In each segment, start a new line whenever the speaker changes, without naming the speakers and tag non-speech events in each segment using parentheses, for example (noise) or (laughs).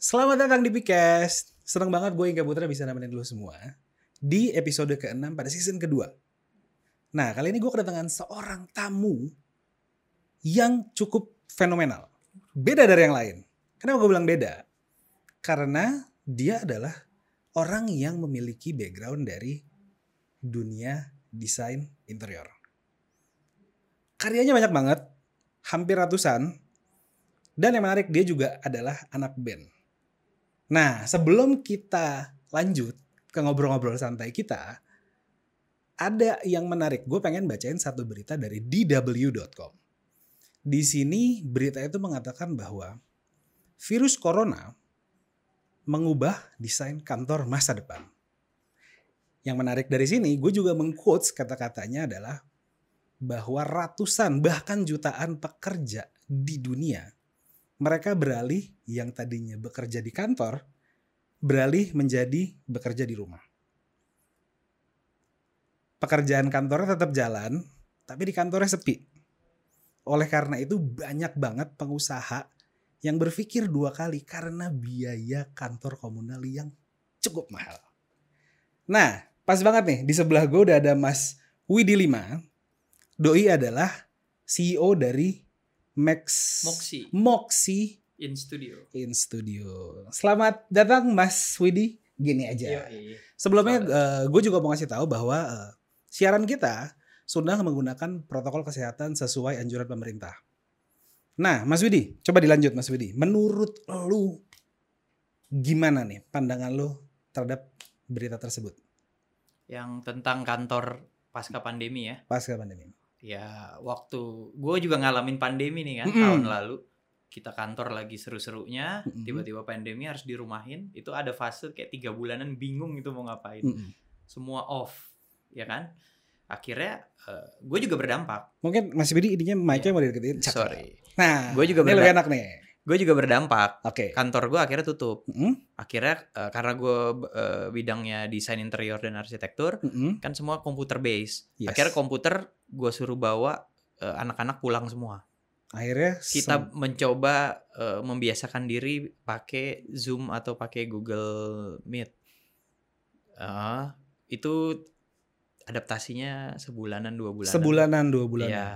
Selamat datang di Bigcast. Senang banget gue Inga Putra bisa nemenin lo semua di episode ke-6 pada season kedua. Nah, kali ini gue kedatangan seorang tamu yang cukup fenomenal. Beda dari yang lain. Kenapa gue bilang beda? Karena dia adalah orang yang memiliki background dari dunia desain interior. Karyanya banyak banget, hampir ratusan. Dan yang menarik dia juga adalah anak band. Nah, sebelum kita lanjut ke ngobrol-ngobrol santai kita, ada yang menarik. Gue pengen bacain satu berita dari dw.com. Di sini berita itu mengatakan bahwa virus corona mengubah desain kantor masa depan. Yang menarik dari sini, gue juga mengquotes kata-katanya adalah bahwa ratusan bahkan jutaan pekerja di dunia mereka beralih yang tadinya bekerja di kantor beralih menjadi bekerja di rumah. Pekerjaan kantornya tetap jalan, tapi di kantornya sepi. Oleh karena itu banyak banget pengusaha yang berpikir dua kali karena biaya kantor komunal yang cukup mahal. Nah, pas banget nih di sebelah gue udah ada Mas Widi Lima. Doi adalah CEO dari Max
Moxie.
Moxie
in studio.
in studio. Selamat datang Mas Widi. Gini aja.
Yoi.
Sebelumnya
Iya. Selamat
gue juga mau ngasih tahu bahwa eh, siaran kita sudah menggunakan protokol kesehatan sesuai anjuran pemerintah. Nah, Mas Widi, coba dilanjut Mas Widi. Menurut lu gimana nih pandangan lu terhadap berita tersebut
Yang tentang kantor pasca pandemi ya.
pasca pandemi?
Ya waktu gue juga ngalamin pandemi nih kan
Mm-mm.
tahun lalu. Kita kantor lagi seru-serunya,
Mm-mm.
tiba-tiba pandemi harus dirumahin. Itu ada fase kayak tiga bulanan bingung itu mau ngapain.
Mm-mm.
Semua off, ya kan? Akhirnya gue juga berdampak.
Mungkin Mas Widi ininya mic-nya mau dideketin. Cakep.
Iya. Sorry.
Nah,
Gua juga
ini lebih
berda-
enak nih.
Gue juga berdampak.
Oke.
Kantor gue akhirnya tutup.
Mm-mm,
Akhirnya eh, karena gue bidangnya desain interior dan arsitektur,
mm-mm.
kan semua komputer base.
Yes.
Akhirnya komputer gue suruh bawa eh, anak-anak pulang semua.
Akhirnya
Kita
sem-
mencoba eh, membiasakan diri pakai Zoom atau pakai Google Meet. Eh, itu adaptasinya sebulanan dua bulanan.
sebulanan dua bulan.
Iya.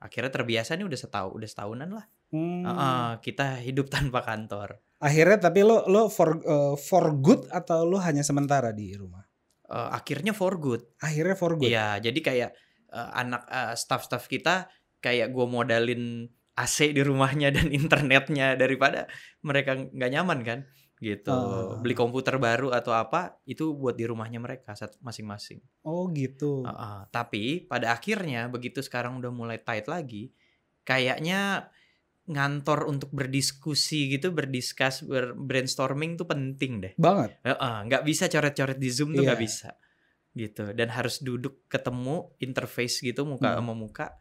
Akhirnya terbiasa nih udah setahun udah setahunan lah.
Hmm.
Heeh, kita hidup (laughs) tanpa kantor.
Akhirnya tapi lo lo for eh, for good atau lo hanya sementara di rumah?
Eh, akhirnya for good.
Akhirnya for good.
Iya, jadi kayak eh, anak eh, staff-staff kita kayak gue modalin AC di rumahnya dan (laughs) internetnya daripada mereka nggak nyaman kan gitu
Ah.
beli komputer baru atau apa itu buat di rumahnya mereka sat- masing-masing.
Oh gitu.
Heeh, tapi pada akhirnya begitu sekarang udah mulai tight lagi, kayaknya ngantor untuk berdiskusi gitu, berdiskus, ber- brainstorming tuh penting deh.
Banget.
Heeh, nggak bisa coret-coret di Zoom tuh
Iya.
nggak bisa gitu dan harus duduk ketemu interface gitu muka
Hmm.
sama muka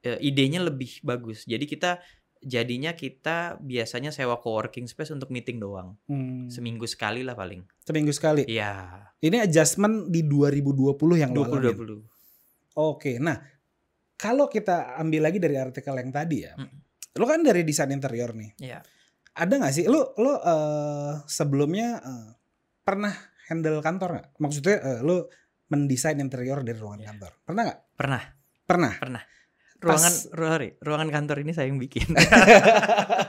Eh, idenya lebih bagus jadi kita jadinya kita biasanya sewa co-working space untuk meeting doang
Hmm.
seminggu sekali lah paling
Seminggu sekali.
iya
Ini adjustment di 2020 yang ya? lo
20
alamin.
20
Oke. Nah, kalau kita ambil lagi dari artikel yang tadi ya.
Mm.
Lo kan dari desain interior nih.
Iya.
Ada nggak sih lo lo eh, sebelumnya eh, pernah handle kantor nggak? Maksudnya eh, lo mendesain interior dari ruangan
Iya.
kantor. Pernah
(laughs)
nggak?
pernah
Pernah.
ruangan
Pas-
sorry, ruangan kantor ini saya yang
(laughs)
bikin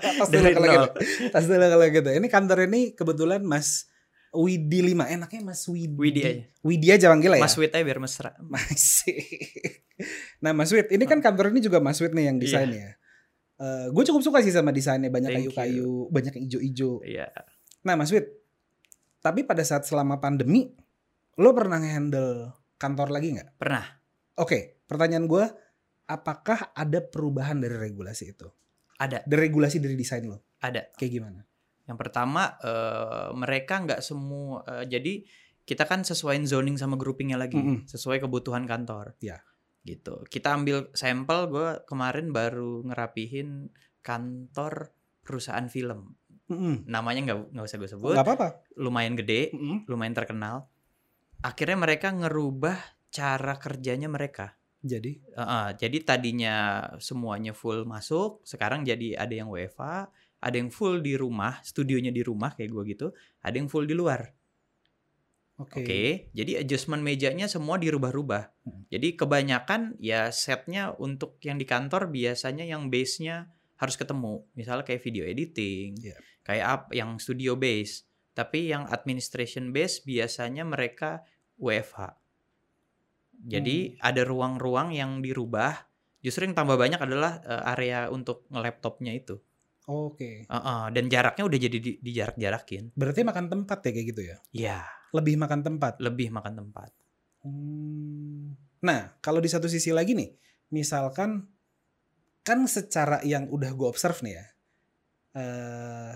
Tas dulu
dari
kalau gitu.
nol
Tas dulu kalau gitu. Ini kantor ini kebetulan Mas Widi 5. Enaknya Mas Widi.
Widi aja.
Widi aja panggil ya.
Mas Wit aja biar mesra
Masih. (laughs) nah Mas Wid, ini kan
Ah.
kantor ini juga Mas Wid nih yang desain ya. gue cukup suka sih sama desainnya banyak
Iya. Thank you.
kayu-kayu, banyak yang ijo-ijo.
iya
Nah Mas Wid, tapi pada saat selama pandemi, lo pernah handle kantor lagi nggak?
Pernah.
Oke, pertanyaan gue, apakah ada perubahan dari regulasi itu?
ada
Dari regulasi dari desain lo,
ada
kayak gimana?
Yang pertama eh, mereka nggak semua eh, jadi kita kan sesuaiin zoning sama groupingnya lagi
Mm-mm.
sesuai kebutuhan kantor.
Ya.
Gitu. Kita ambil sampel gue kemarin baru ngerapihin kantor perusahaan film.
Mm-mm.
Namanya nggak nggak usah gue sebut.
Nggak apa-apa.
Lumayan gede,
Mm-mm.
lumayan terkenal. Akhirnya mereka ngerubah cara kerjanya mereka.
Jadi,
Eh, eh, jadi tadinya semuanya full masuk, sekarang jadi ada yang WFA, ada yang full di rumah studionya di rumah kayak gua gitu ada yang full di luar
Oke.
Oke, jadi adjustment mejanya semua dirubah-rubah.
Hmm.
Jadi kebanyakan ya setnya untuk yang di kantor biasanya yang base-nya harus ketemu. Misalnya kayak video editing,
Iya.
kayak up yang studio base. Tapi yang administration base biasanya mereka WFH. Jadi
Hmm.
ada ruang-ruang yang dirubah. Justru yang tambah banyak adalah eh, area untuk nge-laptopnya itu.
Oke.
Heeh, dan jaraknya udah jadi di, dijarak-jarakin.
Berarti makan tempat ya kayak gitu ya?
Ya,
Lebih makan tempat.
lebih makan tempat.
Hmm. Nah, kalau di satu sisi lagi nih, misalkan kan secara yang udah gue observe nih ya, eh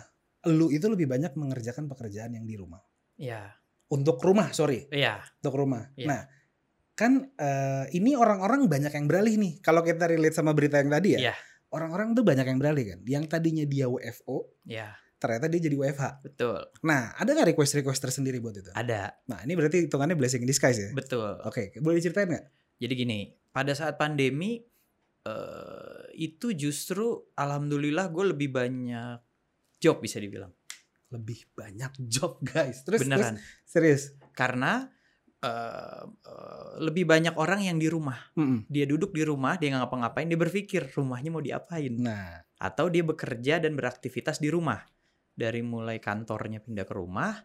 lu itu lebih banyak mengerjakan pekerjaan yang di rumah. Iya,
Ya,
Untuk rumah, sorry,
ya.
untuk rumah.
Iya.
Nah, kan eh, ini orang-orang banyak yang beralih nih. Kalau kita relate sama berita yang tadi ya,
Iya.
orang-orang tuh banyak yang beralih kan. Yang tadinya dia WFO,
Ya,
ternyata dia jadi WFH.
betul.
Nah, ada nggak request-request tersendiri buat itu?
Ada,
Nah, ini berarti hitungannya blessing in disguise ya?
betul.
Oke, boleh diceritain nggak?
Jadi gini, pada saat pandemi eh itu justru alhamdulillah gue lebih banyak job bisa dibilang.
lebih banyak job (laughs) guys terus terus,
Beneran.
serius
Karena eh, eh, lebih banyak orang yang di rumah.
Mm-mm.
Dia duduk di rumah, dia nggak ngapa-ngapain, dia berpikir rumahnya mau diapain.
nah
Atau dia bekerja dan beraktivitas di rumah. Dari mulai kantornya pindah ke rumah,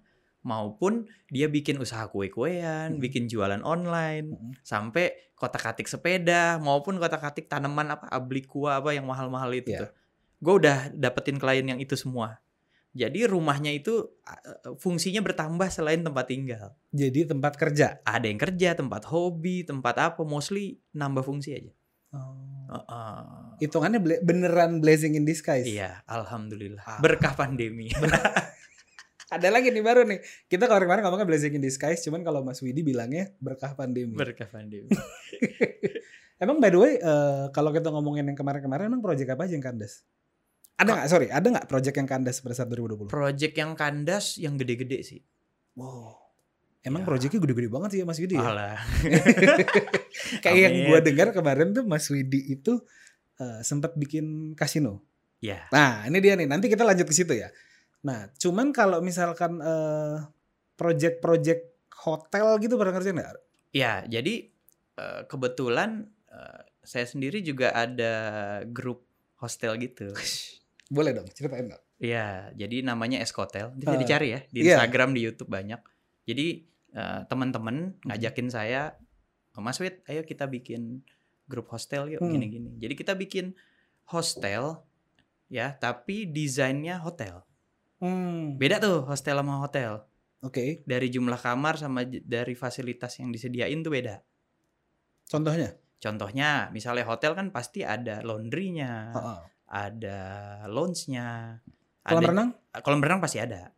maupun dia bikin usaha kue-kuean,
Hmm.
bikin jualan online.
mm-mm.
sampai kotak-katik sepeda maupun kotak-katik tanaman apa ablikua apa yang mahal-mahal itu
Iya.
tuh. Gue udah dapetin klien yang itu semua. Jadi rumahnya itu uh, uh, fungsinya bertambah selain tempat tinggal.
jadi tempat kerja
Ada yang kerja, tempat hobi, tempat apa, mostly nambah fungsi aja. Uh-uh.
hitungannya ble- beneran blessing in disguise
Iya, alhamdulillah.
Ah.
Berkah pandemi. (laughs)
ada lagi nih baru nih kita kemarin-kemarin ngomongnya blessing in disguise cuman kalau Mas Widi bilangnya berkah pandemi
Berkah pandemi.
(laughs) emang by the way eh, kalau kita ngomongin yang kemarin-kemarin emang project apa aja yang kandas ada nggak sorry ada nggak project yang kandas pada saat 2020
(laughs) Project yang kandas yang gede-gede sih.
wow emang
Ya.
projectnya gede-gede banget sih ya Mas Widi ya?
Alah.
(laughs) kayak yang
Amin.
gue dengar kemarin tuh Mas Widi itu eh, sempat bikin kasino.
Ya.
Nah ini dia nih nanti kita lanjut ke situ ya. Nah cuman kalau misalkan eh, project-project hotel gitu pernah ngerjain nggak?
Ya, jadi eh, kebetulan eh, saya sendiri juga ada grup hostel
(laughs)
gitu.
Boleh dong ceritain dong.
Iya, jadi namanya Eskotel. Bisa
Eh,
dicari ya di
iya.
Instagram, di YouTube banyak. Jadi eh,
Hmm.
teman-teman ngajakin saya, "Oh, Mas Wit, ayo kita bikin grup hostel yuk
Hmm.
gini-gini. Jadi kita bikin hostel ya, tapi desainnya hotel.
Hmm,
Beda tuh hostel sama hotel.
Oke,
Dari jumlah kamar sama j- dari fasilitas yang disediain tuh beda.
contohnya?
Contohnya, misalnya hotel kan pasti ada laundrynya,
Heeh.
ada lounge-nya,
Kolam
Nah, ada- eh,
renang,
kolam renang pasti ada,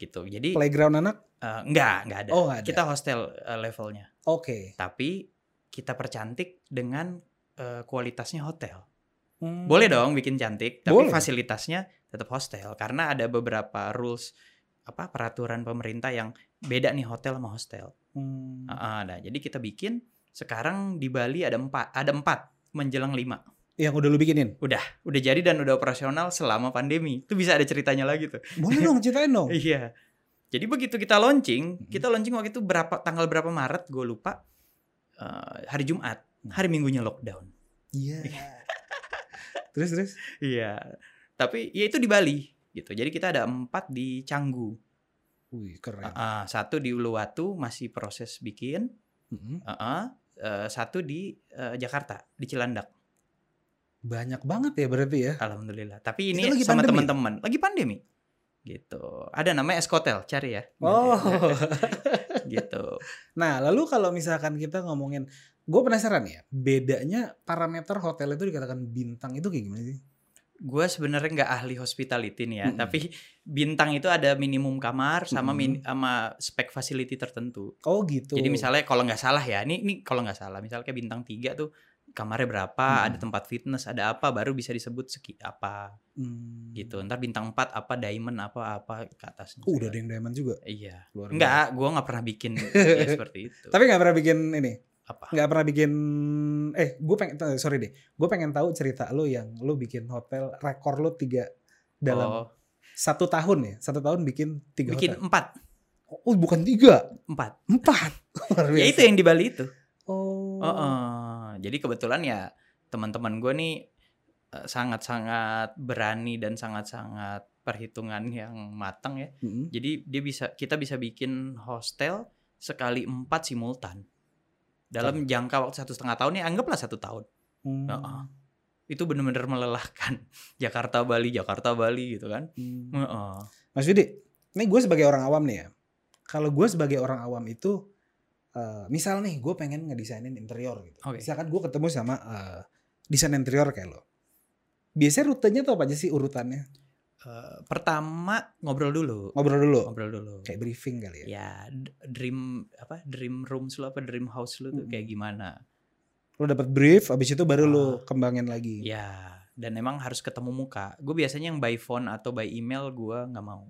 gitu. Jadi
playground anak?
eh, enggak, enggak ada.
Oh nggak ada.
Kita hostel eh, levelnya,
Oke.
tapi kita percantik dengan eh, kualitasnya hotel.
Hmm.
Boleh dong bikin cantik, tapi
Boleh.
fasilitasnya tetap hostel karena ada beberapa rules apa peraturan pemerintah yang beda nih hotel sama hostel.
Hmm.
Ah, ah, nah, jadi kita bikin sekarang di Bali ada empat, ada empat menjelang lima.
Yang udah lu bikinin?
udah jadi dan udah operasional selama pandemi. Itu bisa ada ceritanya lagi tuh.
Boleh dong ceritain dong.
Iya. Jadi begitu kita launching,
Mhm.
kita launching waktu itu berapa tanggal berapa Maret gue lupa. Eh, hari Jumat, hari Minggunya lockdown. (laughs)
Iya. terus terus.
Iya. Tapi ya itu di Bali gitu. Jadi kita ada empat di Canggu.
Wih keren.
Ah, ah, satu di Uluwatu masih proses bikin.
Mm-mm.
Ah, ah. Eh, satu di eh, Jakarta di Cilandak.
Banyak banget ya berarti ya.
Alhamdulillah. Tapi ini
Itu lagi
sama
pandemi?
teman-teman lagi pandemi. Gitu. Ada namanya Eskotel, cari ya.
Oh.
(laughs)
(laughs)
gitu.
Nah, lalu kalau misalkan kita ngomongin, gue penasaran ya, bedanya parameter hotel itu dikatakan bintang itu kayak gimana sih?
Gue sebenarnya nggak ahli hospitality nih ya,
Mm-mm.
tapi bintang itu ada minimum kamar sama min-
Mm-mm.
sama spek facility tertentu.
Oh gitu.
Jadi misalnya kalau nggak salah ya, ini ini kalau nggak salah, misalnya kayak bintang 3 tuh kamarnya berapa,
Mm-mm.
ada tempat fitness, ada apa, baru bisa disebut seki apa
Hmm.
gitu. Ntar bintang 4 apa diamond apa apa ke atasnya.
Oh, udah ada yang diamond juga.
Iya.
Luar biasa.
Enggak, gue nggak pernah
(laughs)
bikin ya, seperti itu.
Tapi nggak pernah bikin ini,
apa?
nggak pernah bikin. Eh, gue pengen, eh, sorry deh, gue pengen tahu cerita lo yang lo bikin hotel rekor lo tiga dalam
oh,
satu tahun ya satu tahun bikin tiga
bikin
hotel.
empat
oh bukan tiga
empat
empat (laughs) Luar
ya
biasa.
itu yang di Bali itu
iya, oh
Oh, oh. jadi kebetulan ya teman-teman gue nih eh, sangat-sangat berani dan sangat-sangat perhitungan yang matang ya.
Mm-mm.
Jadi dia bisa kita bisa bikin hostel sekali empat simultan dalam jangka waktu satu setengah tahun ya anggaplah satu tahun.
Hmm.
Oh, oh. Itu bener-bener melelahkan (laughs) Jakarta Bali Jakarta Bali gitu kan.
Hmm.
Oh, oh.
Mas Yudi, ini gue sebagai orang awam nih ya. Kalau gue sebagai orang awam itu, eh, misal nih gue pengen ngedesainin interior gitu.
Oke.
Misalkan gue ketemu sama eh, desain interior kayak lo. Biasanya rutenya tuh apa aja sih urutannya?
Eh, pertama ngobrol dulu.
Ngobrol dulu,
Ngobrol dulu.
kayak briefing kali ya.
ya d- dream apa dream rooms lu apa dream house lu tuh
Mm-mm.
kayak gimana
Lo dapat brief, abis itu baru lo
Ah.
kembangin lagi.
ya dan emang harus ketemu muka gue biasanya yang by phone atau by email gue nggak mau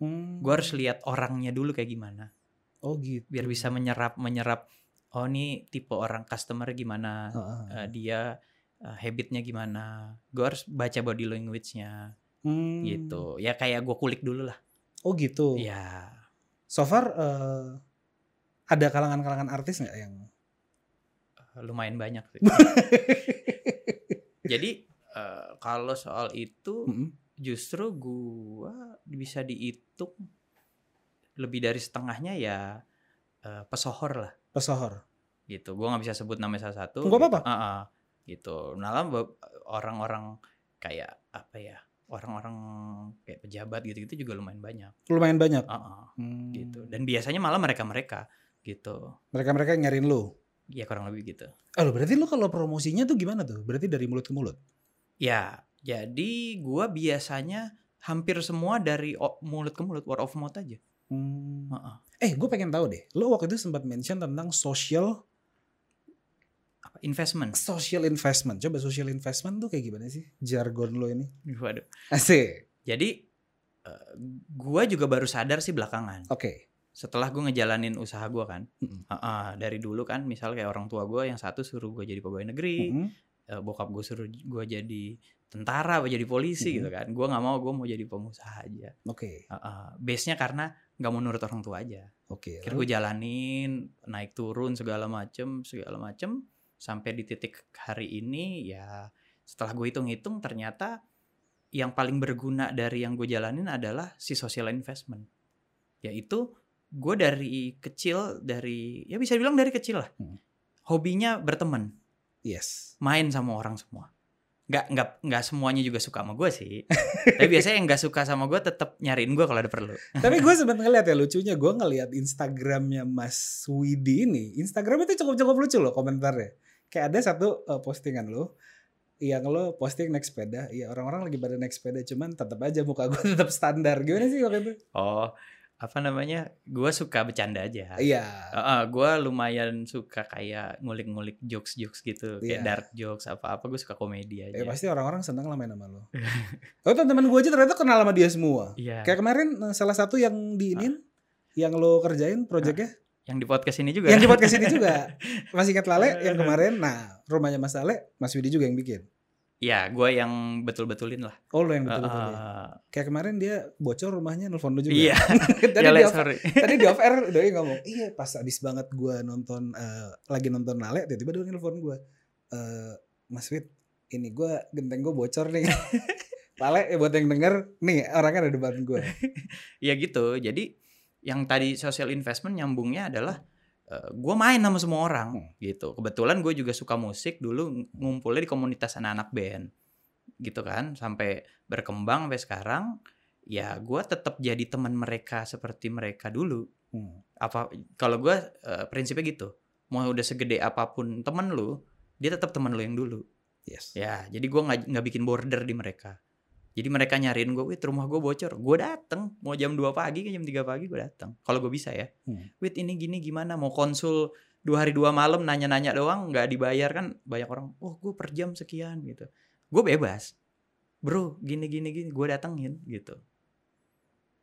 Hmm.
gue harus lihat orangnya dulu kayak gimana
Oh gitu.
biar bisa menyerap menyerap oh nih tipe orang customer gimana
Ah, ah.
eh, dia eh, habitnya gimana gue harus baca body language-nya
Hmm.
gitu ya kayak gue kulik dulu lah
Oh gitu.
ya
So far eh, ada kalangan-kalangan artis nggak
(laughs)
yang? (laughs)
lumayan banyak sih jadi eh, kalau soal itu
Mm-mm.
justru gua bisa dihitung lebih dari setengahnya ya eh, pesohor lah
Pesohor.
gitu gua nggak bisa sebut namanya salah satu
Nggak apa-apa.
gitu. Ah, ah. gitu nah lah, be- orang-orang kayak apa ya orang-orang kayak pejabat gitu-gitu juga lumayan banyak
Lumayan banyak.
Ah, ah,
Hmm.
gitu dan biasanya malah mereka-mereka gitu
Mereka-mereka yang nyariin lo.
ya kurang lebih gitu
Oh, berarti lu kalau promosinya tuh gimana tuh? Berarti dari mulut ke mulut.
ya jadi gua biasanya hampir semua dari o- mulut ke mulut word of mouth aja Ah, ah.
Eh, gue pengen tahu deh. Lu waktu itu sempat mention tentang social
Apa, investment
social investment. Coba social investment tuh kayak gimana sih jargon lo ini?
Waduh.
Asik.
Jadi eh, gua juga baru sadar sih belakangan.
Oke.
Setelah gua ngejalanin usaha gua kan.
Mm-mm.
Heeh, dari dulu kan misal kayak orang tua gua yang satu suruh gua jadi pegawai negeri,
Mm-mm.
eh, bokap gua suruh j- gua jadi tentara, apa jadi polisi
Mm-mm.
gitu kan. Gua nggak mau, gua mau jadi pengusaha aja.
Oke.
Heeh, base-nya karena nggak mau nurut orang tua aja.
Oke.
Akhirnya gue jalanin naik turun segala macem segala macem sampai di titik hari ini ya setelah gue hitung-hitung ternyata yang paling berguna dari yang gue jalanin adalah si social investment yaitu gue dari kecil dari ya bisa bilang dari kecil lah
Hmm.
hobinya berteman
Yes.
main sama orang semua nggak nggak nggak semuanya juga suka sama gue sih (laughs) tapi biasanya yang nggak suka sama gue tetap nyariin gue kalau ada perlu
Tapi gue sempat ngeliat ya lucunya gue ngeliat Instagramnya Mas Widi ini. Instagram itu cukup-cukup lucu loh komentarnya. Kayak ada satu eh, postingan lo yang lo posting naik sepeda, ya orang-orang lagi pada naik sepeda, cuman tetap aja muka (laughs) gue tetap standar. Gimana sih waktu itu?
oh apa namanya gue suka bercanda aja
Iya.
gue lumayan suka kayak ngulik-ngulik jokes-jokes gitu,
Iya.
kayak dark jokes apa-apa. Gue suka komedi aja.
Ya pasti orang-orang seneng lah main sama lo. oh teman-teman gue aja ternyata kenal sama dia semua.
Iya.
Kayak kemarin eh, salah satu yang diinin, yang lo kerjain proyeknya,
Yang di podcast ini juga.
yang di podcast ini juga. Masih ingat Lale yang kemarin, nah rumahnya Mas Lale, Mas Widi juga yang bikin.
ya, gue yang betul-betulin lah.
Oh lo yang betul-betul ya.
Eh,
Kayak kemarin dia bocor rumahnya, nelfon lo juga.
Iya.
(laughs) tadi,
Ya,
di
Le,
off,
sorry. (laughs)
tadi di off air doi ngomong, iya pas abis banget gue nonton, eh, lagi nonton Lale, tiba-tiba dia nelfon gue. Eh Mas Wid, ini gue genteng gue bocor nih. (laughs) Lale ya buat yang denger, nih orangnya ada di depan gue.
Ya gitu. Jadi yang tadi social investment nyambungnya adalah gue main sama semua orang
Hmm.
gitu. Kebetulan gue juga suka musik dulu ngumpulnya di komunitas anak-anak band gitu kan sampai berkembang sampai sekarang. Ya gue tetap jadi teman mereka seperti mereka dulu
Hmm.
apa kalau gue prinsipnya gitu mau udah segede apapun temen lu dia tetap temen lu yang dulu
Yes.
ya jadi gue nggak nggak bikin border di mereka jadi mereka nyariin gue wit rumah gue bocor gue dateng mau jam 2 pagi ke jam 3 pagi gue dateng kalau gue bisa ya
Hmm.
wit ini gini gimana mau konsul dua hari dua malam nanya-nanya doang nggak dibayar kan banyak orang oh gue per jam sekian gitu gue bebas bro gini gini gini gue datengin gitu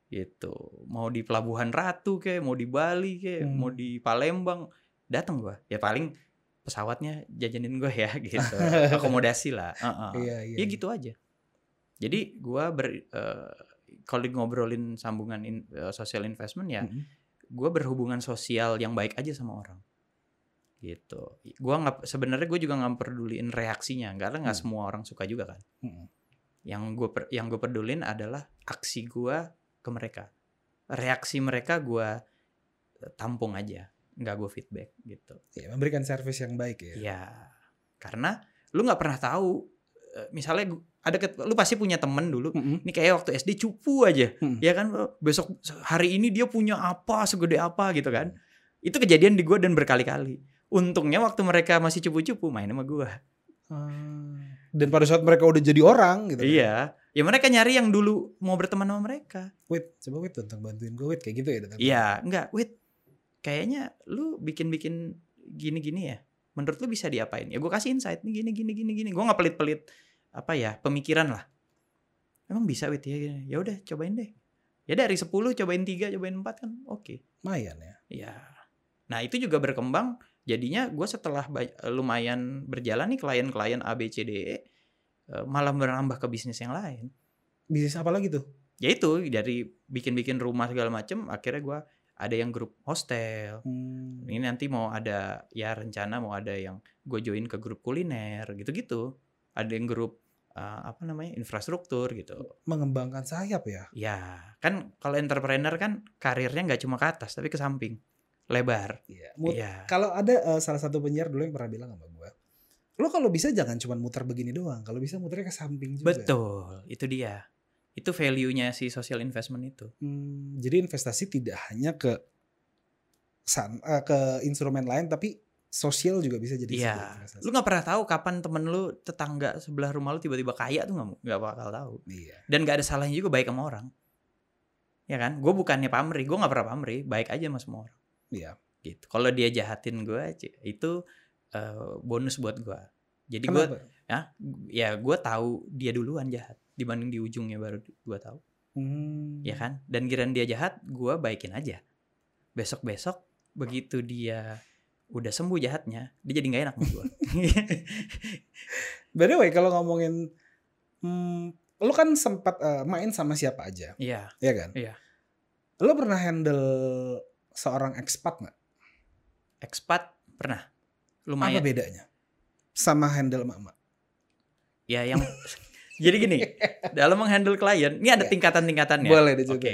gitu mau di Pelabuhan Ratu kayak mau di Bali kayak
Hmm.
mau di Palembang dateng gue ya paling (laughs)
(laughs)
pesawatnya jajanin gue ya gitu akomodasi lah Heeh.
Iya, iya.
ya gitu aja Jadi gua ber eh, kalau ngobrolin sambungan in- eh, social investment ya,
Mm-mm.
gue berhubungan sosial yang baik aja sama orang gitu gue nggak sebenarnya gue juga nggak peduliin reaksinya karena nggak
Hmm.
semua orang suka juga kan
Mm-mm.
yang gue yang gue pedulin adalah aksi gue ke mereka reaksi mereka gue tampung aja nggak gue feedback gitu
Ya, memberikan service yang baik ya.
ya karena lu nggak pernah tahu eh, misalnya gu- ada ket- lu pasti punya temen dulu
Mm-mm.
ini kayak waktu SD cupu aja
Hmm.
ya kan besok hari ini dia punya apa segede apa gitu kan itu kejadian di gua dan berkali-kali untungnya waktu mereka masih cupu-cupu main sama gua
Eh, Dan pada saat mereka udah jadi orang gitu. kan.
iya ya mereka nyari yang dulu mau berteman sama mereka
Wait, coba wait tentang bantuin gue wait kayak gitu ya datang.
iya enggak wait kayaknya lu bikin-bikin gini-gini ya menurut lu bisa diapain ya gua kasih insight nih gini gini gini gini gua nggak pelit-pelit apa ya pemikiran lah emang bisa wait ya ya udah cobain deh ya dari 10 cobain 3 cobain 4 kan oke
Lumayan ya.
Ya. Nah, itu juga berkembang. Jadinya gue setelah ba- lumayan berjalan nih klien-klien ABCDE E, eh, malah merambah ke bisnis yang lain.
Bisnis apa lagi tuh?
Yaitu dari bikin-bikin rumah segala macem, akhirnya gue ada yang grup hostel.
Hmm.
Ini nanti mau ada ya rencana mau ada yang gue join ke grup kuliner gitu-gitu. Ada yang grup eh, apa namanya infrastruktur gitu.
Mengembangkan sayap ya.
Ya kan kalau entrepreneur kan karirnya nggak cuma ke atas tapi ke samping, lebar.
Iya.
Iya.
Mut- Kalau ada eh, salah satu penyiar dulu yang pernah bilang sama gue, lo kalau bisa jangan cuma muter begini doang. Kalau bisa muternya ke samping juga.
Betul, itu dia. Itu value-nya si social investment itu.
Hmm, jadi investasi tidak hanya ke san, eh, ke instrumen lain, tapi sosial juga bisa jadi sebuah
Iya.
investasi.
Lu nggak pernah tahu kapan temen lu tetangga sebelah rumah lu tiba-tiba kaya tuh nggak mu- nggak bakal tahu.
Iya.
Dan nggak ada salahnya juga baik sama orang. Ya kan? Gue bukannya pamrih, gue nggak pernah pamrih, baik aja sama semua orang.
Iya.
Gitu. Kalau dia jahatin gue, itu eh, bonus buat gue. Jadi gue,
Kenapa?
ya gue tahu dia duluan jahat dibanding di ujungnya baru gue tahu.
Hmm.
ya kan? Dan kiraan dia jahat, gua baikin aja. Besok-besok begitu dia udah sembuh jahatnya, dia jadi nggak enak sama
(laughs)
gua.
By the way, kalau ngomongin, hmm, lo kan sempat eh, main sama siapa aja,
Iya.
ya kan?
Iya.
Lo pernah handle seorang expat nggak?
Ekspat pernah.
Apa
Lumayan.
bedanya sama handle mama?
Ya
(laughs)
yang jadi gini, dalam menghandle klien, ini ada
Iya.
tingkatan-tingkatannya.
Boleh deh
Oke.
juga.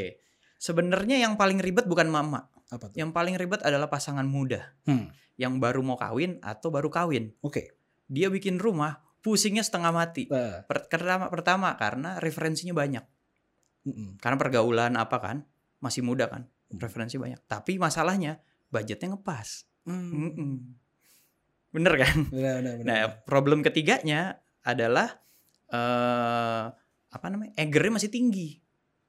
Sebenarnya yang paling ribet bukan mama,
Apa tuh?
yang paling ribet adalah pasangan muda
Hmm,
yang baru mau kawin atau baru kawin.
Oke.
Dia bikin rumah, pusingnya setengah mati.
Eh,
Per- Pertama, pertama karena referensinya banyak.
mm-mm.
karena pergaulan apa kan masih muda kan referensi banyak tapi masalahnya budgetnya ngepas Mm-mm. bener kan
Benar, benar, benar.
nah problem ketiganya adalah eh apa namanya egernya masih tinggi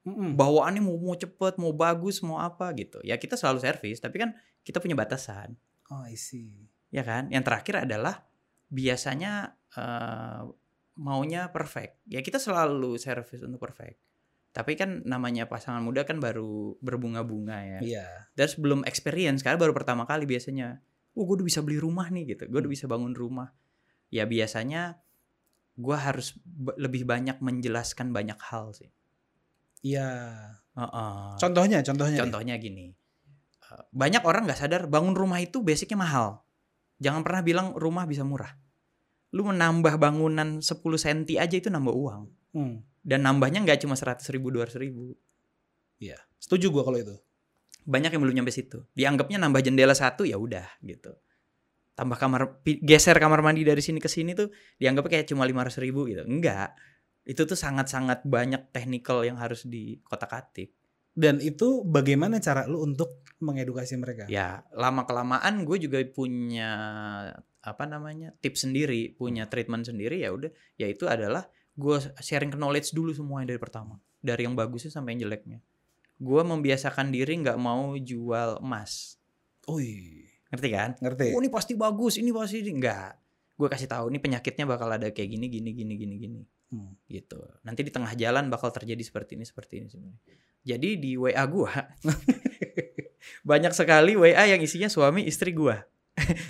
Mm-mm.
bawaannya mau mau cepet mau bagus mau apa gitu ya kita selalu servis tapi kan kita punya batasan
Oh, I see.
ya kan yang terakhir adalah biasanya eh maunya perfect ya kita selalu servis untuk perfect tapi kan namanya pasangan muda kan baru berbunga-bunga ya
Iya.
terus belum experience karena baru pertama kali biasanya oh gue udah bisa beli rumah nih gitu gue udah
Hmm.
bisa bangun rumah ya biasanya gue harus b- lebih banyak menjelaskan banyak hal sih
Iya.
Heeh.
Contohnya, contohnya. nih.
contohnya gini Eh, banyak orang nggak sadar bangun rumah itu basicnya mahal jangan pernah bilang rumah bisa murah lu menambah bangunan 10 cm aja itu nambah uang
Hmm.
dan nambahnya nggak cuma 100 ribu 200 ribu
Setuju gua kalau itu.
banyak yang belum nyampe situ. Dianggapnya nambah jendela satu ya udah gitu. Tambah kamar pi- geser kamar mandi dari sini ke sini tuh dianggapnya kayak cuma 500 ribu gitu. Enggak. Itu tuh sangat-sangat banyak technical yang harus dikotak-atik.
Dan itu bagaimana cara lu untuk mengedukasi mereka?
Ya, lama kelamaan gue juga punya apa namanya? tips sendiri, punya treatment sendiri ya udah yaitu adalah gue sharing ke knowledge dulu semuanya dari pertama, dari yang bagusnya sampai yang jeleknya. Gue membiasakan diri nggak mau jual emas.
Ui,
Ngerti kan?
ngerti.
oh ini pasti bagus ini pasti ini." enggak gue kasih tahu ini penyakitnya bakal ada kayak gini gini gini gini gini
Hmm.
gitu nanti di tengah jalan bakal terjadi seperti ini seperti ini sebenarnya jadi di WA gua (laughs) banyak sekali WA yang (laughs) isinya suami istri gua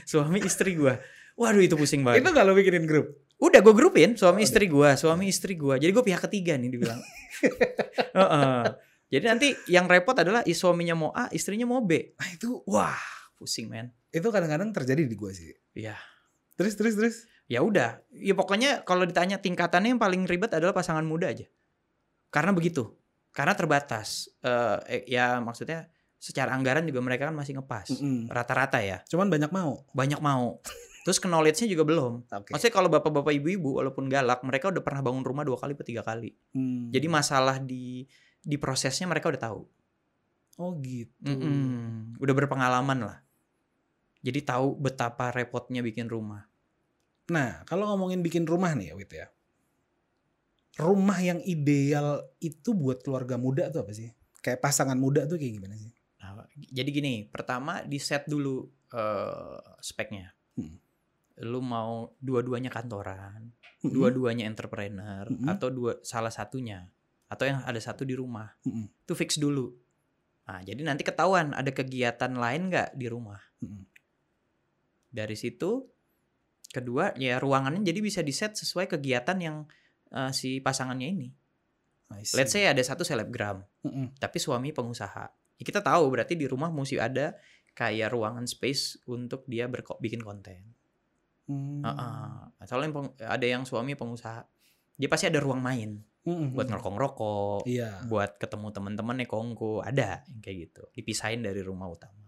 suami istri gua waduh itu pusing
Itu
banget
kalau bikinin grup.
Udah gue grupin
Udah.
suami istri gua, suami istri gua. Jadi gue pihak ketiga nih
(laughs)
dibilang. Heeh. Jadi nanti yang repot adalah i- suaminya mau A, istrinya mau B. Ah,
Nah itu
Wah, pusing men.
itu kadang-kadang terjadi di gue sih.
Iya.
Terus terus terus.
Ya udah, ya pokoknya kalau ditanya tingkatannya yang paling ribet adalah pasangan muda aja. Karena begitu. Karena terbatas. Eh, eh, ya maksudnya secara anggaran juga mereka kan masih ngepas.
Mm-mm.
Rata-rata ya,
Cuman banyak mau.
banyak mau. Terus ke knowledge-nya juga belum.
Oke.
Maksudnya kalau bapak-bapak ibu-ibu walaupun galak, mereka udah pernah bangun rumah dua kali atau tiga kali.
Hmm.
Jadi masalah di di prosesnya mereka udah tahu.
oh gitu.
Mm-mm. Udah berpengalaman lah. Jadi tahu betapa repotnya bikin rumah.
Nah kalau ngomongin bikin rumah nih ya Wit ya. Rumah yang ideal itu buat keluarga muda tuh apa sih? Kayak pasangan muda tuh kayak gimana sih?
Nah, jadi gini, pertama di set dulu eh, speknya.
Hmm.
Lu mau dua-duanya kantoran,
Mm-mm.
dua-duanya entrepreneur
Mm-mm.
atau dua salah satunya atau yang ada satu di rumah.
Mm-mm.
Itu fix dulu. Nah, jadi nanti ketahuan ada kegiatan lain nggak di rumah.
Mm-mm.
dari situ kedua ya ruangannya jadi bisa di set sesuai kegiatan yang eh, si pasangannya ini
I see.
let's say ada satu selebgram
Mm-mm.
tapi suami pengusaha ya, kita tahu berarti di rumah mesti ada kayak ruangan space untuk dia berko- bikin konten
Hmm.
Ah, Heeh. Atau yang peng- ada yang suami pengusaha dia pasti ada ruang main
Mm-mm.
buat ngerokok rokok
Iya.
buat ketemu temen-temennya kongko ada yang kayak gitu dipisahin dari rumah utama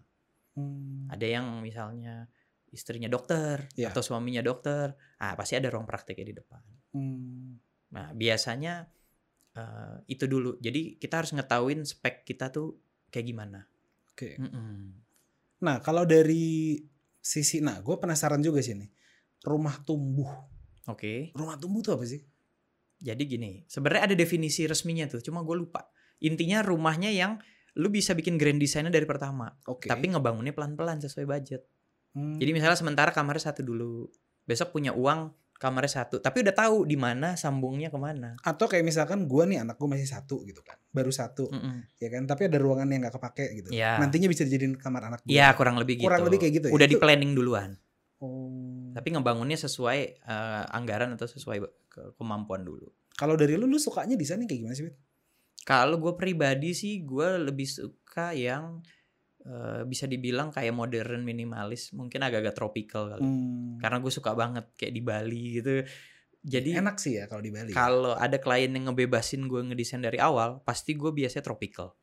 Hmm.
ada yang misalnya istrinya dokter
Iya.
atau suaminya dokter ah pasti ada ruang prakteknya di depan
Hmm.
nah biasanya eh, itu dulu jadi kita harus ngetahuin spek kita tuh kayak gimana
Oke.
Mm-mm.
Nah, kalau dari sisi, nah, gue penasaran juga sih nih. Rumah tumbuh,
oke
rumah tumbuh tuh apa sih?
jadi gini sebenarnya ada definisi resminya tuh cuma gue lupa intinya rumahnya yang lu bisa bikin grand design-nya dari pertama
Oke.
tapi ngebangunnya pelan-pelan sesuai budget
Hmm,
jadi misalnya sementara kamarnya satu dulu besok punya uang kamarnya satu tapi udah tahu di mana sambungnya kemana
atau kayak misalkan gue nih anak gue masih satu gitu kan, baru satu,
Mm-mm.
ya kan? Tapi ada ruangan yang gak kepake gitu.
Mm. Iya.
Nantinya bisa dijadiin kamar anak gue.
Iya kurang lebih gitu.
Kurang lebih kayak gitu ya?
Udah di
Itu-
planning duluan,
Oh.
tapi ngebangunnya sesuai eh, anggaran atau sesuai ke- kemampuan dulu.
Kalau dari lu, lu sukanya desainnya kayak gimana sih? Wit?
Kalau gue pribadi sih gue lebih suka yang eh, bisa dibilang kayak modern minimalis, mungkin agak-agak tropical kali.
Hmm. Iya,
Karena gue suka banget kayak di Bali gitu. Jadi
Enak sih ya kalau di Bali.
kalau ada klien yang ngebebasin gue ngedesain dari awal, pasti gue biasanya tropical.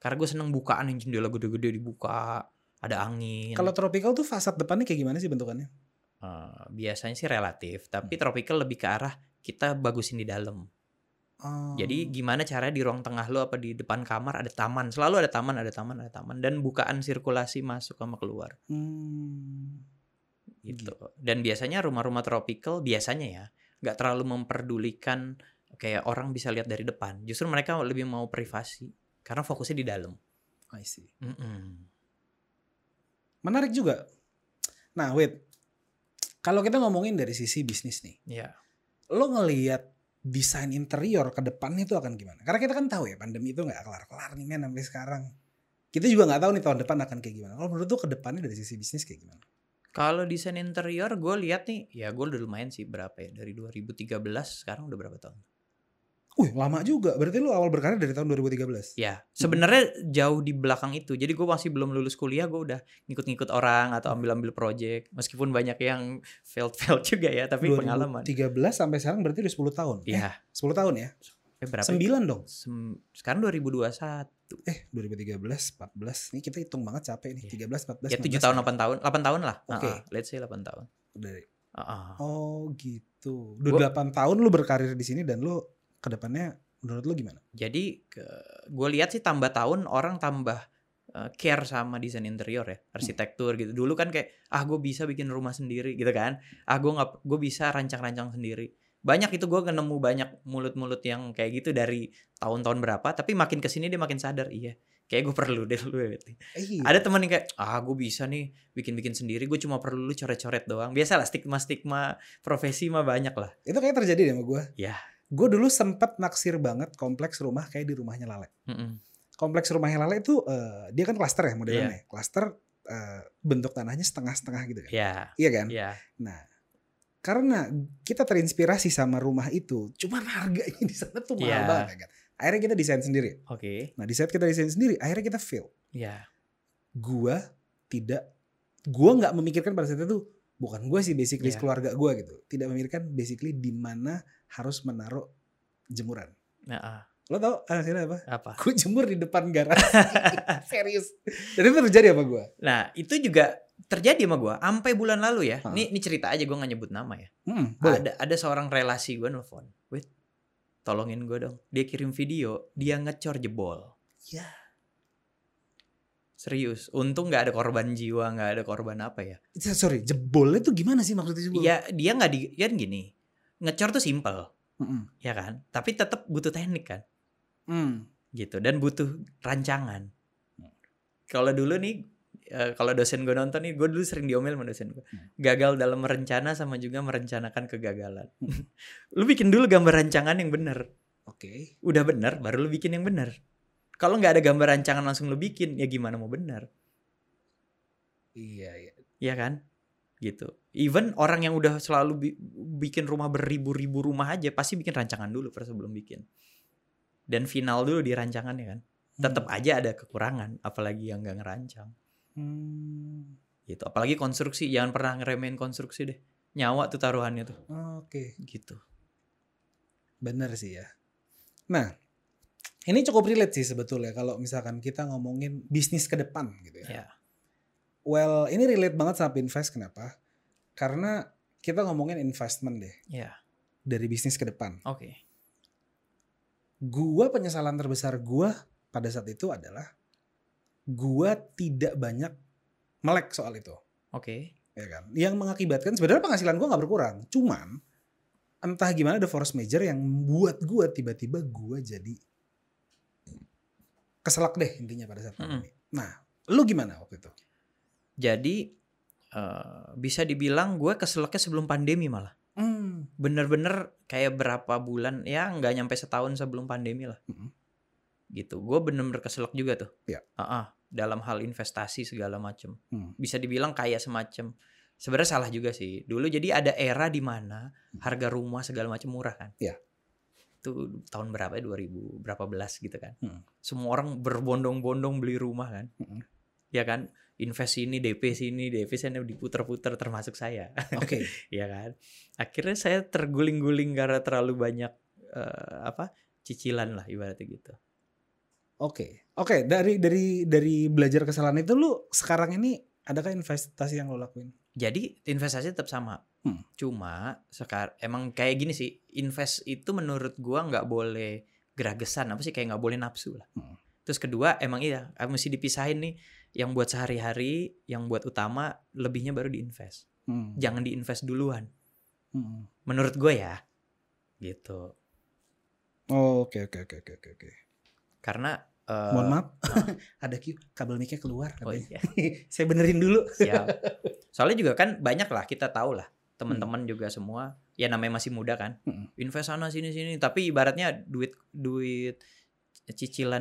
Karena gue seneng bukaan yang jendela gede-gede dibuka, ada angin.
Kalau tropical tuh fasad depannya kayak gimana sih bentukannya?
Eh, biasanya sih relatif,
Hmm.
tapi tropical lebih ke arah kita bagusin di dalam.
Oh.
Jadi gimana caranya di ruang tengah lo apa di depan kamar ada taman, selalu ada taman, ada taman, ada taman dan bukaan sirkulasi masuk sama keluar
Hmm.
gitu. Dan biasanya rumah-rumah tropical biasanya ya nggak terlalu memperdulikan kayak orang bisa lihat dari depan. Justru mereka lebih mau privasi karena fokusnya di dalam.
I see.
Mm-mm.
Menarik juga. Nah, wait. Kalau kita ngomongin dari sisi bisnis nih,
Ya.
lo ngelihat desain interior ke depannya itu akan gimana? Karena kita kan tahu ya pandemi itu nggak kelar-kelar nih men sampai sekarang. Kita juga nggak tahu nih tahun depan akan kayak gimana. Kalau menurut tuh ke depannya dari sisi bisnis kayak gimana?
Kalau desain interior gue lihat nih, ya gue udah lumayan sih berapa ya dari 2013 sekarang udah berapa tahun?
Wih lama juga. Berarti lo awal berkarir dari tahun 2013.
Ya, sebenarnya jauh di belakang itu. Jadi gue masih belum lulus kuliah, gue udah ngikut-ngikut orang atau ambil-ambil project. Meskipun banyak yang (laughs) failed-failed juga ya, tapi pengalaman.
13 sampai sekarang berarti udah 10 tahun. Eh,
Iya.
10 tahun ya?
Eh, berapa?
9 dong.
Sem- sekarang 2021.
Eh 2013, 14. Ini kita hitung banget capek nih.
Iya.
13, 14,
Ya 7 tahun, 8 tahun. 8 tahun lah.
Oke.
Ah, ah, let's say 8 tahun.
Dari
Ah, ah.
Oh gitu. Udah
Gua-
delapan tahun lu berkarir di sini dan lu kedepannya menurut lu gimana?
Jadi gue lihat sih tambah tahun orang tambah eh, care sama desain interior ya, arsitektur gitu. Dulu kan kayak ah gue bisa bikin rumah sendiri gitu kan. Ah gue nggak gue bisa rancang-rancang sendiri. Banyak itu gue nemu banyak mulut-mulut yang kayak gitu dari tahun-tahun berapa. Tapi makin kesini dia makin sadar iya. Kayak gue perlu deh lu ya, Wit.
Eh,
Ada temen yang kayak ah gue bisa nih bikin-bikin sendiri. Gue cuma perlu lu coret-coret doang. Biasalah stigma-stigma profesi mah banyak lah.
itu kayak terjadi deh sama gue.
Iya.
Gue dulu sempet naksir banget kompleks rumah kayak di rumahnya Lale.
Mm-mm.
Kompleks rumahnya Lale itu eh, dia kan klaster ya
Iya.
modelnya. Klaster eh, bentuk tanahnya setengah-setengah gitu kan.
Ya,
Iya kan?
ya.
Nah, karena kita terinspirasi sama rumah itu cuman (laughs) harganya di sana tuh mahal
Iya.
banget ya kan akhirnya kita desain sendiri
Oke.
nah di saat kita desain sendiri akhirnya kita feel
Ya.
gua tidak gua nggak memikirkan pada saat itu bukan gua sih basically
Iya.
keluarga gua gitu tidak memikirkan basically di mana harus menaruh jemuran
Nah, ah,
lo tau hasilnya apa (laughs)
apa?
gue jemur di depan
(laughs)
garasi serius dan itu terjadi apa gua
Nah, itu juga terjadi sama gua sampai bulan lalu ya.
Ah.
Ini ini cerita aja gua nggak nyebut nama ya.
Mm, boleh
Ada ada seorang relasi gua nelfon. Wait, tolongin gua dong. Dia kirim video, dia ngecor jebol.
Ya.
Serius, untung nggak ada korban jiwa, nggak ada korban apa ya.
sorry jebolnya tuh gimana sih maksudnya jebol
Iya, dia nggak di, kan gini, ngecor tuh simple,
Mm-mm.
ya kan? Tapi tetap butuh teknik kan,
Mm.
gitu. Dan butuh rancangan.
Hmm.
Kalau dulu nih, eh, kalau dosen gue nonton nih, gue dulu sering diomel sama dosen gue.
Hmm.
Gagal dalam merencana sama juga merencanakan kegagalan.
Hmm.
(laughs) lu bikin dulu gambar rancangan yang bener.
oke
Udah bener, baru lu bikin yang bener. Kalau nggak ada gambar rancangan langsung lu bikin, ya gimana mau bener,
iya iya
ya kan? Gitu. Even orang yang udah selalu bi- bikin rumah beribu-ribu rumah aja, pasti bikin rancangan dulu first sebelum bikin. Dan final dulu di rancangannya kan. Tetap aja ada kekurangan, apalagi yang nggak ngerancang.
Hmm.
gitu apalagi konstruksi jangan pernah ngeremehin konstruksi deh nyawa tuh taruhannya tuh
oke
gitu
Bener sih ya. Nah, ini cukup relate sih sebetulnya kalau misalkan kita ngomongin bisnis ke depan gitu ya.
Ya.
Well, ini relate banget sama invest kenapa? Karena kita ngomongin investment deh.
Ya.
Dari bisnis ke depan.
oke
Gua penyesalan terbesar gua pada saat itu adalah gua tidak banyak melek soal itu,
oke
ya kan? Yang mengakibatkan sebenarnya penghasilan gua nggak berkurang, cuman entah gimana the force major yang membuat gua tiba-tiba gua jadi keselak deh intinya pada saat
Mm-mm.
pandemi. Nah, lu gimana waktu itu?
jadi eh, bisa dibilang gue keselaknya sebelum pandemi malah
Hmm,
bener-bener kayak berapa bulan ya nggak nyampe setahun sebelum pandemi lah
Mm-mm.
gitu gue bener-bener keselak juga tuh
Ya.
Ah-ah, dalam hal investasi segala macem (laughs)
Hmm.
bisa dibilang kayak semacam sebenarnya salah juga sih dulu jadi ada era di mana
Hmm.
harga rumah segala macam murah kan
Ya.
itu tahun berapa ya 2000 berapa belas gitu kan
Hmm.
semua orang berbondong-bondong beli rumah kan
Mm-mm.
ya kan invest ini DP sini DP sana diputer-puter termasuk saya (laughs)
Oke.
ya kan akhirnya saya terguling-guling karena terlalu banyak eh, apa cicilan lah ibaratnya gitu
Oke. Oke, dari dari dari belajar kesalahan itu lu sekarang ini adakah investasi yang lu lakuin?
jadi investasi tetap sama
Hmm.
cuma sekar emang kayak gini sih invest itu menurut gua nggak boleh geragesan apa sih kayak nggak boleh nafsu lah
Hmm.
terus kedua emang iya eh, mesti dipisahin nih yang buat sehari-hari yang buat utama lebihnya baru diinvest
Hmm.
jangan diinvest duluan
Hmm.
menurut gue ya gitu
Oh, Oke, oke, oke, oke, oke, oke.
Eh, karena eh,
Mohon maaf, (laughs) ada Q, kabel mic-nya keluar.
oh
katanya.
iya,
(laughs) Saya benerin dulu.
siap. (laughs) soalnya juga kan banyak lah kita tahu lah teman-teman juga semua ya namanya masih muda kan
Hmm.
invest sana sini sini tapi ibaratnya duit duit cicilan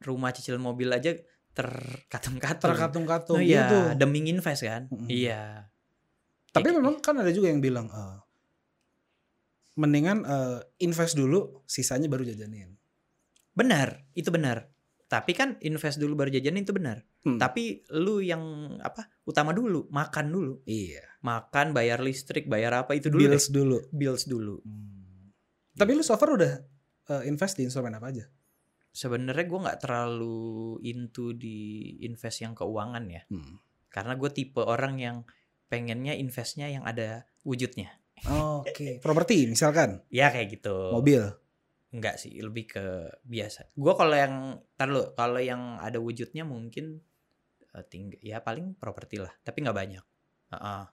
rumah cicilan mobil aja terkatung-katung
Terkatung-katung
Oh
gitu.
iya, demi invest kan?
Mm-mm.
Iya.
Tapi
Kayak- gitu.
memang kan ada juga yang bilang eh, mendingan eh, invest dulu, sisanya baru jajanin.
benar, itu benar. Tapi kan invest dulu baru jajan itu benar.
Hmm.
Tapi lu yang apa? Utama dulu, makan dulu.
Iya.
Makan, bayar listrik, bayar apa itu dulu.
Bills dulu.
deh. bills dulu.
Hmm. Tapi lu so far udah eh, invest di instrumen apa aja?
Sebenarnya gue nggak terlalu into di invest yang keuangan ya, karena gue tipe orang yang pengennya investnya yang ada wujudnya.
Oke. Properti misalkan,
Ya kayak gitu.
mobil.
Enggak sih, lebih ke biasa. Gua kalau yang tar lu, kalau yang ada wujudnya mungkin eh, ting- ya paling properti lah, tapi nggak banyak. Heeh.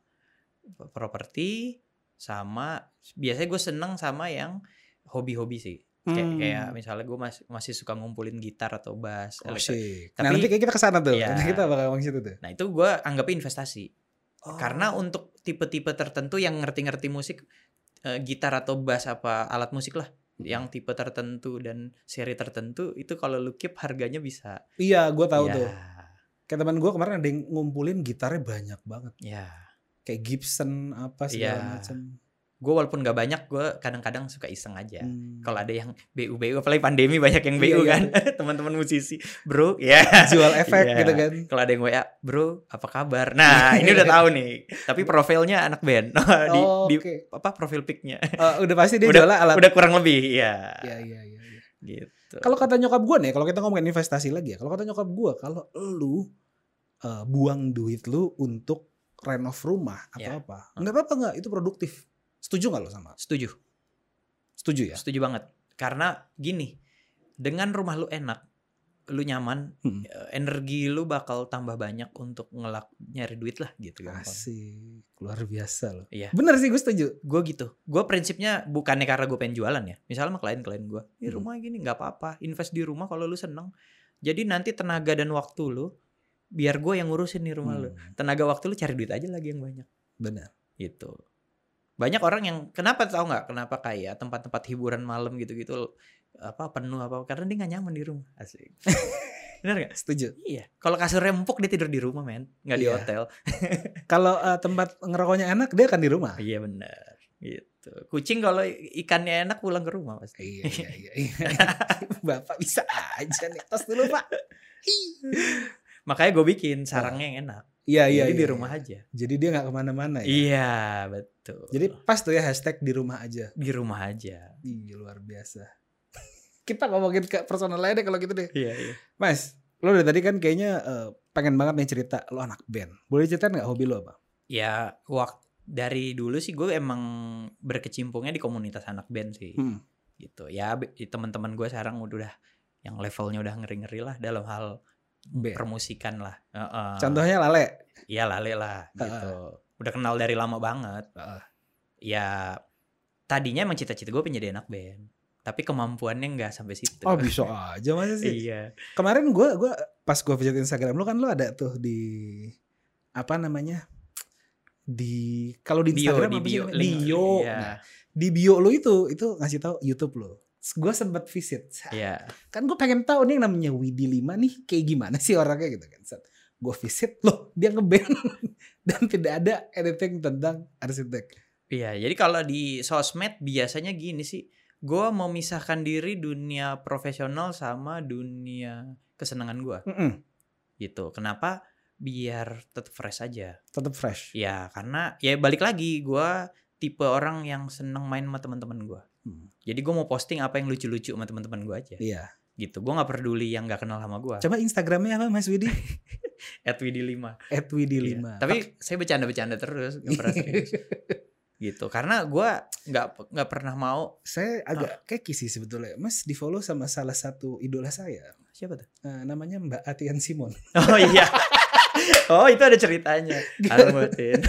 Properti sama biasanya gue seneng sama yang hobi-hobi sih. Kayak,
Hmm.
kayak misalnya gue masih masih suka ngumpulin gitar atau bass. elektrik.
Asik.
Oh, iya. Tapi-
nah nanti kayak kita kesana tuh.
Iya.
Nanti kita bakal ngomong situ tuh.
Nah, itu gua anggapnya investasi.
Oh.
Karena untuk tipe-tipe tertentu yang ngerti-ngerti musik eh, gitar atau bass apa alat musik lah
Hmm.
yang tipe tertentu dan seri tertentu itu kalau lu keep harganya bisa
iya, gue tahu
ya,
tuh. Kayak teman gue kemarin ada yang ngumpulin gitarnya banyak banget.
ya
Kayak Gibson apa segala
Iya.
macam.
gue walaupun nggak banyak gue kadang-kadang suka iseng aja
Hmm.
Iya. kalau ada yang BU BU apalagi pandemi banyak yang
Iya,
BU
iya.
kan (laughs) teman-teman musisi bro ya (laughs)
jual efek
Iya.
gitu kan.
kalau ada yang WA bro apa kabar
(laughs)
nah ini udah tahu nih tapi profilnya anak band (laughs) di,
Oh,
di
Oke.
(laughs) apa profil picnya
Eh, udah pasti dia
Udah-
jual alat.
udah kurang lebih ya
Iya, iya, iya, iya.
gitu
Kalau kata nyokap gue nih, kalau kita ngomongin investasi lagi ya, kalau kata nyokap gue, kalau lu eh, buang duit lu untuk renov rumah atau
Ya.
apa, nggak apa-apa nggak, itu produktif. Setuju nggak lo sama?
setuju
Setuju ya.
setuju banget karena gini dengan rumah lu enak lu nyaman
Hmm.
eh, energi lu bakal tambah banyak untuk ngelak nyari duit lah gitu
Asik, luar biasa loh.
Iya.
Bener sih gue setuju.
gue gitu gue prinsipnya bukannya karena gue pengen jualan ya misalnya sama klien-klien gue di
Hmm.
rumah gini nggak apa-apa invest di rumah kalau lu seneng jadi nanti tenaga dan waktu lu biar gue yang ngurusin nih rumah lu
Hmm,
tenaga waktu lu cari duit aja lagi yang banyak
Bener.
gitu banyak orang yang kenapa tahu nggak kenapa kayak tempat-tempat hiburan malam gitu-gitu apa penuh apa karena dia nggak nyaman di rumah
(laughs)
asik benar nggak
Setuju.
iya kalau kasurnya empuk dia tidur di rumah men nggak di
Iya.
hotel
Kalau eh, tempat ngerokoknya enak, dia akan di rumah.
iya benar gitu kucing kalau ikannya enak pulang ke rumah pasti
Iya, iya,
(laughs)
iya. iya. Bapak bisa aja nih. Tos dulu, Pak. Ih.
Makanya gue bikin sarangnya yang enak.
Iya, iya.
Jadi
iya,
di
iya.
rumah aja.
Jadi dia nggak kemana-mana ya.
Iya, betul.
Jadi pas tuh ya hashtag di rumah aja.
di rumah aja.
Ih, Iya, luar biasa. (laughs) kita ngomongin ke personal lain deh kalau gitu deh.
Iya, iya.
Mas, lo dari tadi kan kayaknya eh, pengen banget nih cerita lo anak band. Boleh ceritain nggak hobi lo apa?
Ya, waktu dari dulu sih gue emang berkecimpungnya di komunitas anak band sih.
Hmm.
Gitu. Ya, be- teman-teman gue sekarang udah yang levelnya udah ngeri-ngeri lah dalam hal
Band.
permusikan lah. Heeh.
Contohnya Lale.
Iya lale lah gitu. Udah kenal dari lama banget.
Heeh.
Ya tadinya emang cita-cita gue pengen jadi anak band. Tapi kemampuannya nggak sampai situ.
Oh bisa aja masa sih.
Ah. (laughs) iya.
Kemarin gue gua pas gue visit Instagram lo kan lo ada tuh di apa namanya di kalau di
Bio,
Instagram
di
apa sih
bio,
namanya?
link.
bio.
Iya.
Nah, di bio lo itu itu ngasih tahu YouTube lo. Gue sempet visit.
Iya.
kan gue pengen tahu nih yang namanya Widi Lima nih kayak gimana sih orangnya gitu kan gue visit loh dia ngeband (laughs) dan tidak ada anything tentang arsitek
Iya, jadi kalau di sosmed biasanya gini sih, gue memisahkan diri dunia profesional sama dunia kesenangan gue
Mm-mm,
gitu. Kenapa? Biar tetap fresh aja.
tetap fresh
Ya karena ya balik lagi gue tipe orang yang seneng main sama teman-teman gue.
Hmm.
Jadi gue mau posting apa yang lucu-lucu sama teman-teman gue aja.
iya
Gitu, gue nggak peduli yang nggak kenal sama gue.
coba Instagramnya apa Mas
(laughs)
Widi
At Widi Lima.
at Widi
Iya.
Lima
Tapi saya bercanda-bercanda terus, nggak
(laughs)
pernah serius. gitu. Karena gue nggak nggak pernah mau
saya
Ah.
agak keki sih sebetulnya Mas di follow sama salah satu idola saya
siapa tuh?
Eh, namanya Mbak Atian Simon (laughs)
Oh iya. Oh itu ada ceritanya. Almutin.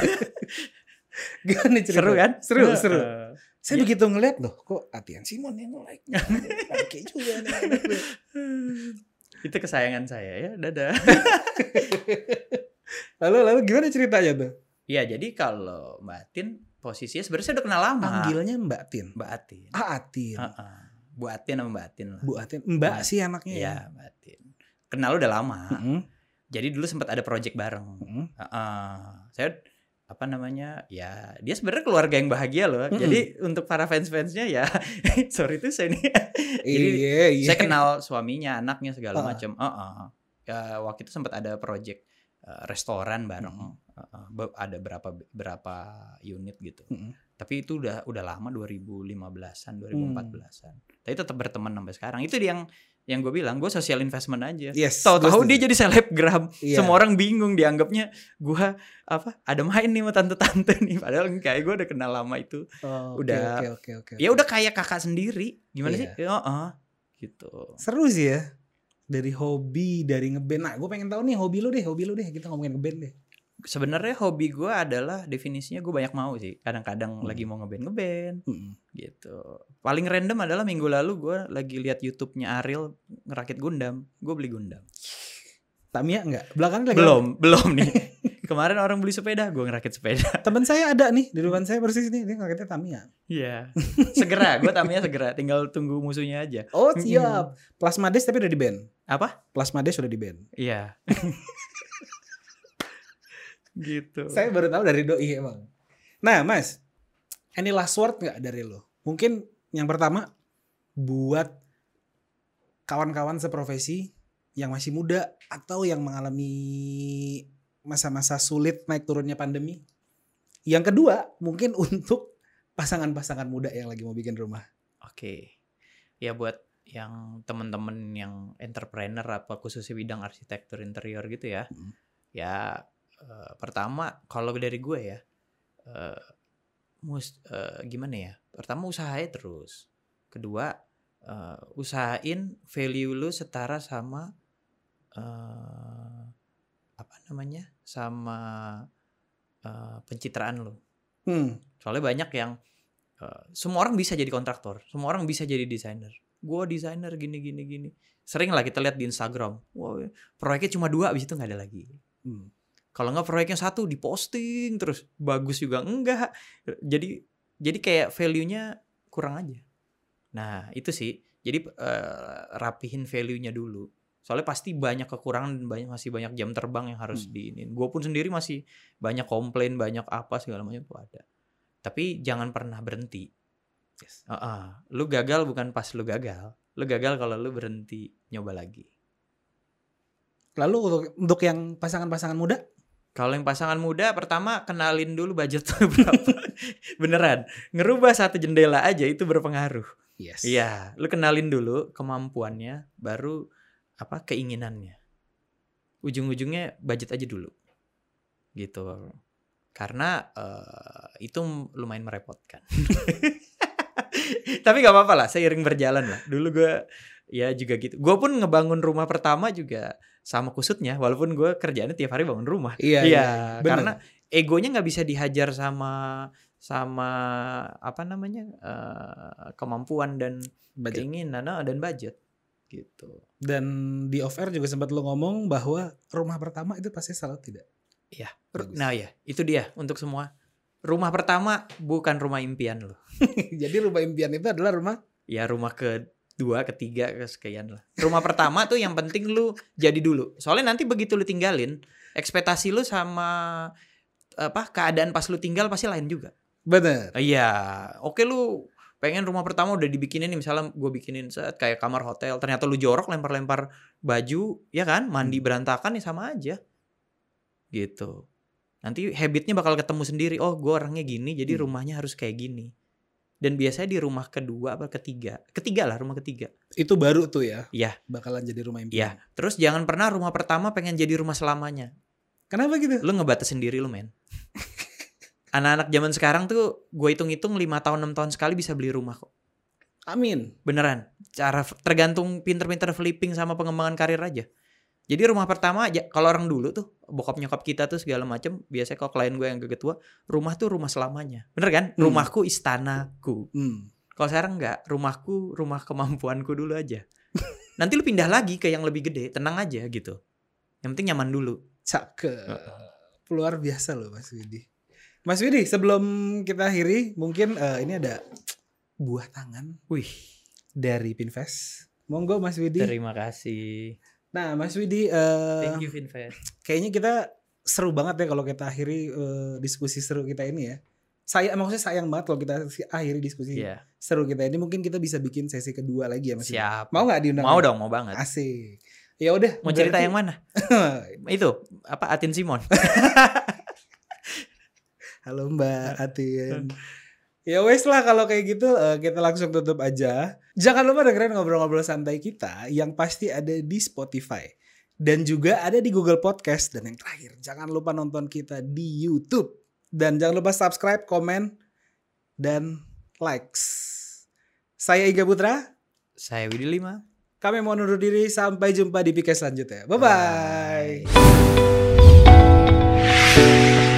Gimana nih cerita?
seru kan?
seru seru
Heeh.
saya
Iya.
begitu ngeliat loh kok Atian Simon yang gitu like (laughs) Oke juga nih anak gue.
Eh, itu kesayangan saya ya. Dadah.
lalu lalu gimana ceritanya tuh
Iya jadi kalau Mbak Atin posisinya sebenarnya saya udah kenal lama.
panggilnya Mbak Tin
Mbak Atin.
Ah Atin
Heeh. Bu Atin sama Mbak Atin lah.
Bu Atin, Mbak
Nah,
sih anaknya. ya.
Iya Mbak Atin. Kenal udah lama.
Mm-mm,
Jadi dulu sempat ada project bareng.
mm-mm.
Heeh. Saya apa namanya ya dia sebenarnya keluarga yang bahagia loh
Mm-mm.
jadi untuk para fans-fansnya ya (laughs) sorry tuh saya nih Jadi,
Iya, iya.
saya kan kenal suaminya anaknya segala
Ah.
macam Heeh. Ya, waktu itu sempat ada project eh, restoran bareng
Mhm.
Heeh, be- ada berapa berapa unit gitu
Mhm.
tapi itu udah udah lama 2015an 2014an
Hmm.
tapi tetap berteman sampai sekarang itu dia yang yang gue bilang gue social investment aja
Yes.
tahu-tahu
gua
dia
setuju.
jadi selebgram
Iya.
semua orang bingung dianggapnya gue apa ada main nih sama tante-tante nih padahal kayak gue udah kenal lama itu
Oh, oke,
udah-
Oke, oke, oke.
ya udah kayak kakak sendiri gimana
Iya.
sih Heeh. gitu
Seru sih ya. Dari hobi, dari ngeband. Nah, gue pengen tahu nih hobi lu deh, hobi lu deh. Kita ngomongin ngeband deh.
sebenarnya hobi gue adalah definisinya gue banyak mau sih kadang-kadang
Hmm.
lagi mau ngeband ngeband
Mm-mm.
gitu paling random adalah minggu lalu gue lagi lihat YouTube-nya Ariel ngerakit Gundam gue beli Gundam
Tamiya enggak? Belakangan lagi.
belum belum nih kemarin orang beli sepeda gue ngerakit
(laughs)
sepeda
Temen saya ada nih di depan saya persis nih, dia ngagetnya Tamiya.
Iya segera gue tamnya segera tinggal tunggu musuhnya aja
Oh, siap. Plasmades tapi udah di band.
Apa?
Plasmades udah di band.
(laughs) iya gitu
Saya baru tahu dari doi emang. Nah, Mas, any last word nggak dari lo? Mungkin yang pertama buat kawan-kawan seprofesi yang masih muda atau yang mengalami masa-masa sulit naik turunnya pandemi. Yang kedua mungkin (laughs) untuk pasangan-pasangan muda yang lagi mau bikin rumah.
Oke. Ya buat yang temen-temen yang entrepreneur apa khususnya bidang arsitektur interior gitu ya.
Mm.
Ya eh, pertama kalau dari gue ya eh, mus eh, gimana ya? Pertama usahanya terus. Kedua eh, usahain value lu setara sama eh, apa namanya? sama eh, pencitraan lu.
Hmm,
Soalnya banyak yang uh, semua orang bisa jadi kontraktor, semua orang bisa jadi desainer. Gua desainer gini gini gini. Sering lah kita lihat di Instagram. Wah, proyeknya cuma dua abis itu nggak ada lagi.
hmm.
Kalau nggak proyeknya satu diposting terus bagus juga enggak. Jadi jadi kayak value-nya kurang aja. Nah, itu sih. Jadi uh, rapihin value-nya dulu. Soalnya pasti banyak kekurangan dan banyak masih banyak jam terbang yang
Hmm.
harus diinin. Gue pun sendiri masih banyak komplain, banyak apa segala macam tuh ada. Tapi jangan pernah berhenti.
Yes.
Heeh. Lu gagal bukan pas lu gagal. Lu gagal kalau lu berhenti nyoba lagi.
Lalu untuk, untuk yang pasangan-pasangan muda,
Kalau yang pasangan muda, pertama kenalin dulu budget lu (laughs) berapa. Beneran, ngerubah satu jendela aja itu berpengaruh.
yes.
Iya, lu kenalin dulu kemampuannya, baru apa keinginannya. Ujung-ujungnya budget aja dulu, gitu. Karena eh, itu lumayan merepotkan. (laughs) Tapi gak apa-apa lah, seiring berjalan lah. Dulu gue ya juga gitu. Gue pun ngebangun rumah pertama juga sama kusutnya, walaupun gue kerjaannya tiap hari bangun rumah.
Iya,
Iya,
bener.
karena egonya nggak bisa dihajar sama sama apa namanya eh, kemampuan dan
Budget.
keinginan nah, dan budget gitu.
Dan di off air juga sempat lo ngomong bahwa rumah pertama itu pasti salah tidak.
Iya.
Bagus.
Nah ya itu dia untuk semua rumah pertama bukan rumah impian lo.
(laughs) Jadi rumah impian itu adalah rumah
Ya rumah kedua, ketiga, kesekian lah. Rumah pertama tuh yang penting lu jadi dulu. Soalnya nanti begitu lu tinggalin, ekspektasi lu sama apa keadaan pas lu tinggal pasti lain juga.
bener.
Iya, oke lu pengen rumah pertama udah dibikinin nih misalnya gue bikinin set kayak kamar hotel ternyata lu jorok lempar-lempar baju ya kan mandi berantakan ya sama aja gitu nanti habitnya bakal ketemu sendiri oh gue orangnya gini jadi
Hmm.
rumahnya harus kayak gini dan biasanya di rumah kedua apa ketiga ketiga lah rumah ketiga
Itu baru tuh ya.
Iya.
Bakalan jadi rumah impian.
terus jangan pernah rumah pertama pengen jadi rumah selamanya
Kenapa gitu?
lu ngebatasin diri lu men anak-anak zaman sekarang tuh gue hitung-hitung lima tahun enam tahun sekali bisa beli rumah kok
Amin.
Beneran. Cara tergantung pinter-pinter flipping sama pengembangan karir aja. Jadi rumah pertama aja kalau orang dulu tuh bokap nyokap kita tuh segala macem biasanya kalau klien gue yang ketua rumah tuh rumah selamanya bener kan
Hmm.
rumahku istanaku
Hmm.
kalau sekarang nggak rumahku rumah kemampuanku dulu (laughs) aja nanti lu pindah lagi ke yang lebih gede tenang aja gitu yang penting nyaman dulu
Cakep. Luar biasa loh Mas Widi. Mas Widi, sebelum kita akhiri, mungkin eh, ini ada buah tangan
wih
dari Pinvest. Monggo Mas Widi.
terima kasih
Nah, Mas Widi, eh,
thank you Vinfest
kayaknya kita seru banget ya kalau kita akhiri eh, diskusi seru kita ini ya. Saya maksudnya sayang banget kalau kita si- akhiri diskusi
Iya,
seru kita ini. Mungkin kita bisa bikin sesi kedua lagi ya Mas. Widi?
siap
Mau nggak diundang?
Iya. mau dong mau banget
Asik. Ya udah.
mau cerita yang
berarti- Eh,
mana
(laughs)
itu apa Atin Simon
Halo Mbak Atin. Ya wes lah kalau kayak gitu eh, kita langsung tutup aja. Jangan lupa dengerin ngobrol-ngobrol santai kita yang pasti ada di Spotify. Dan juga ada di Google Podcast. Dan yang terakhir, jangan lupa nonton kita di Youtube. Dan jangan lupa subscribe, komen, dan likes. Saya Iga Putra,
saya Widi Lima
kami mau undur diri. Sampai jumpa di PK selanjutnya. Bye-bye.
Bye-bye.